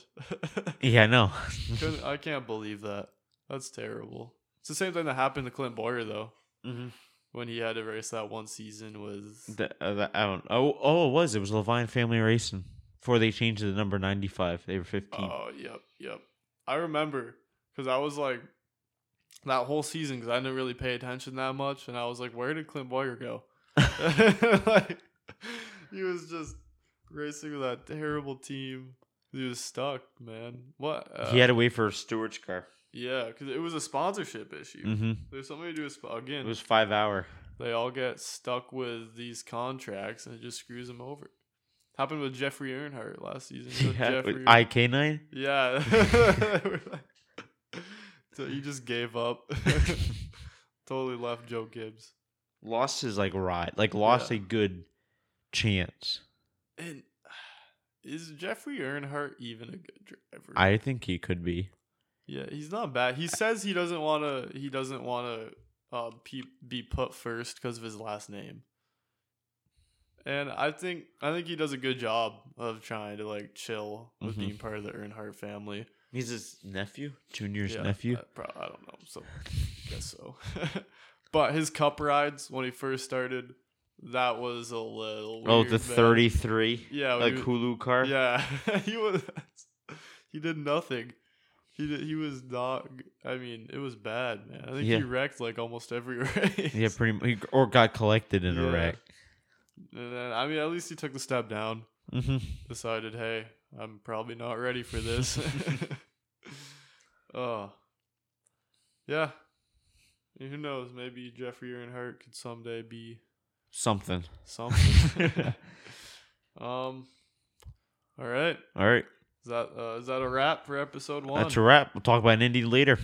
S2: Yeah, I know. <laughs>
S1: I can't believe that. That's terrible. It's the same thing that happened to Clint Boyer though
S2: Mhm.
S1: when he had to race that one season with.
S2: The- uh, the- I don't. Oh, oh, it was. It was Levine Family Racing before they changed the number ninety five. They were fifteen.
S1: Oh yep yep. I remember because I was like that whole season because I didn't really pay attention that much and I was like, where did Clint Boyer go? <laughs> like he was just racing with that terrible team. He was stuck, man. What? Uh,
S2: he had to wait for Stewart's car.
S1: yeah, because it was a sponsorship issue.
S2: hmm
S1: There's something to do with sp-
S2: It
S1: again.
S2: was five <laughs> hour.
S1: they all get stuck with these contracts, and it just screws them over. Happened with Jeffrey Earnhardt last season. You know
S2: <laughs> Yeah,
S1: Jeffrey-
S2: IK nine.
S1: yeah. <laughs> We're like- so he just gave up. <laughs> totally left Joe Gibbs.
S2: lost his like ride, like lost
S1: Yeah.
S2: a good chance.
S1: And is Jeffrey Earnhardt even a good driver?
S2: I think he could be.
S1: Yeah, he's not bad. He says he doesn't want to. He doesn't want to uh, pe- be put first because of his last name. And I think I think he does a good job of trying to like chill with
S2: Mhm.
S1: being part of the Earnhardt family.
S2: He's his nephew, Junior's
S1: Yeah,
S2: nephew.
S1: I, prob- I don't know. So I guess so. <laughs> but his cup rides when he first started, that was a little.
S2: oh,
S1: weird,
S2: the
S1: man.
S2: thirty three,
S1: Yeah, when
S2: like
S1: he was-
S2: Hulu car.
S1: Yeah, <laughs> he was. He did nothing. He did, he was not. I mean, it was bad, man. I think
S2: Yeah.
S1: he wrecked like almost every <laughs> race.
S2: yeah, pretty mu- or got collected in
S1: Yeah.
S2: a wreck.
S1: And then I mean, at least he took the step down.
S2: hmm
S1: Decided, hey, I'm probably not ready for
S2: <laughs>
S1: this. oh, yeah. And who knows? Maybe Jeffrey Earnhardt could someday be
S2: Something. <laughs>
S1: something. um. All right.
S2: All right,
S1: Is that uh, is that a wrap for episode one?
S2: that's a wrap. We'll talk about Indy later.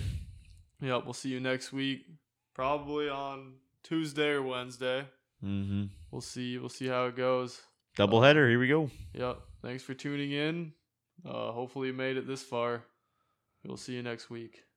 S1: Yep, we'll see you next week. Probably on Tuesday or Wednesday.
S2: Mm-hmm.
S1: We'll see. We'll see how it goes.
S2: Double header. Here we go.
S1: Yep. Thanks for tuning in. Uh, hopefully you made it this far. We'll see you next week.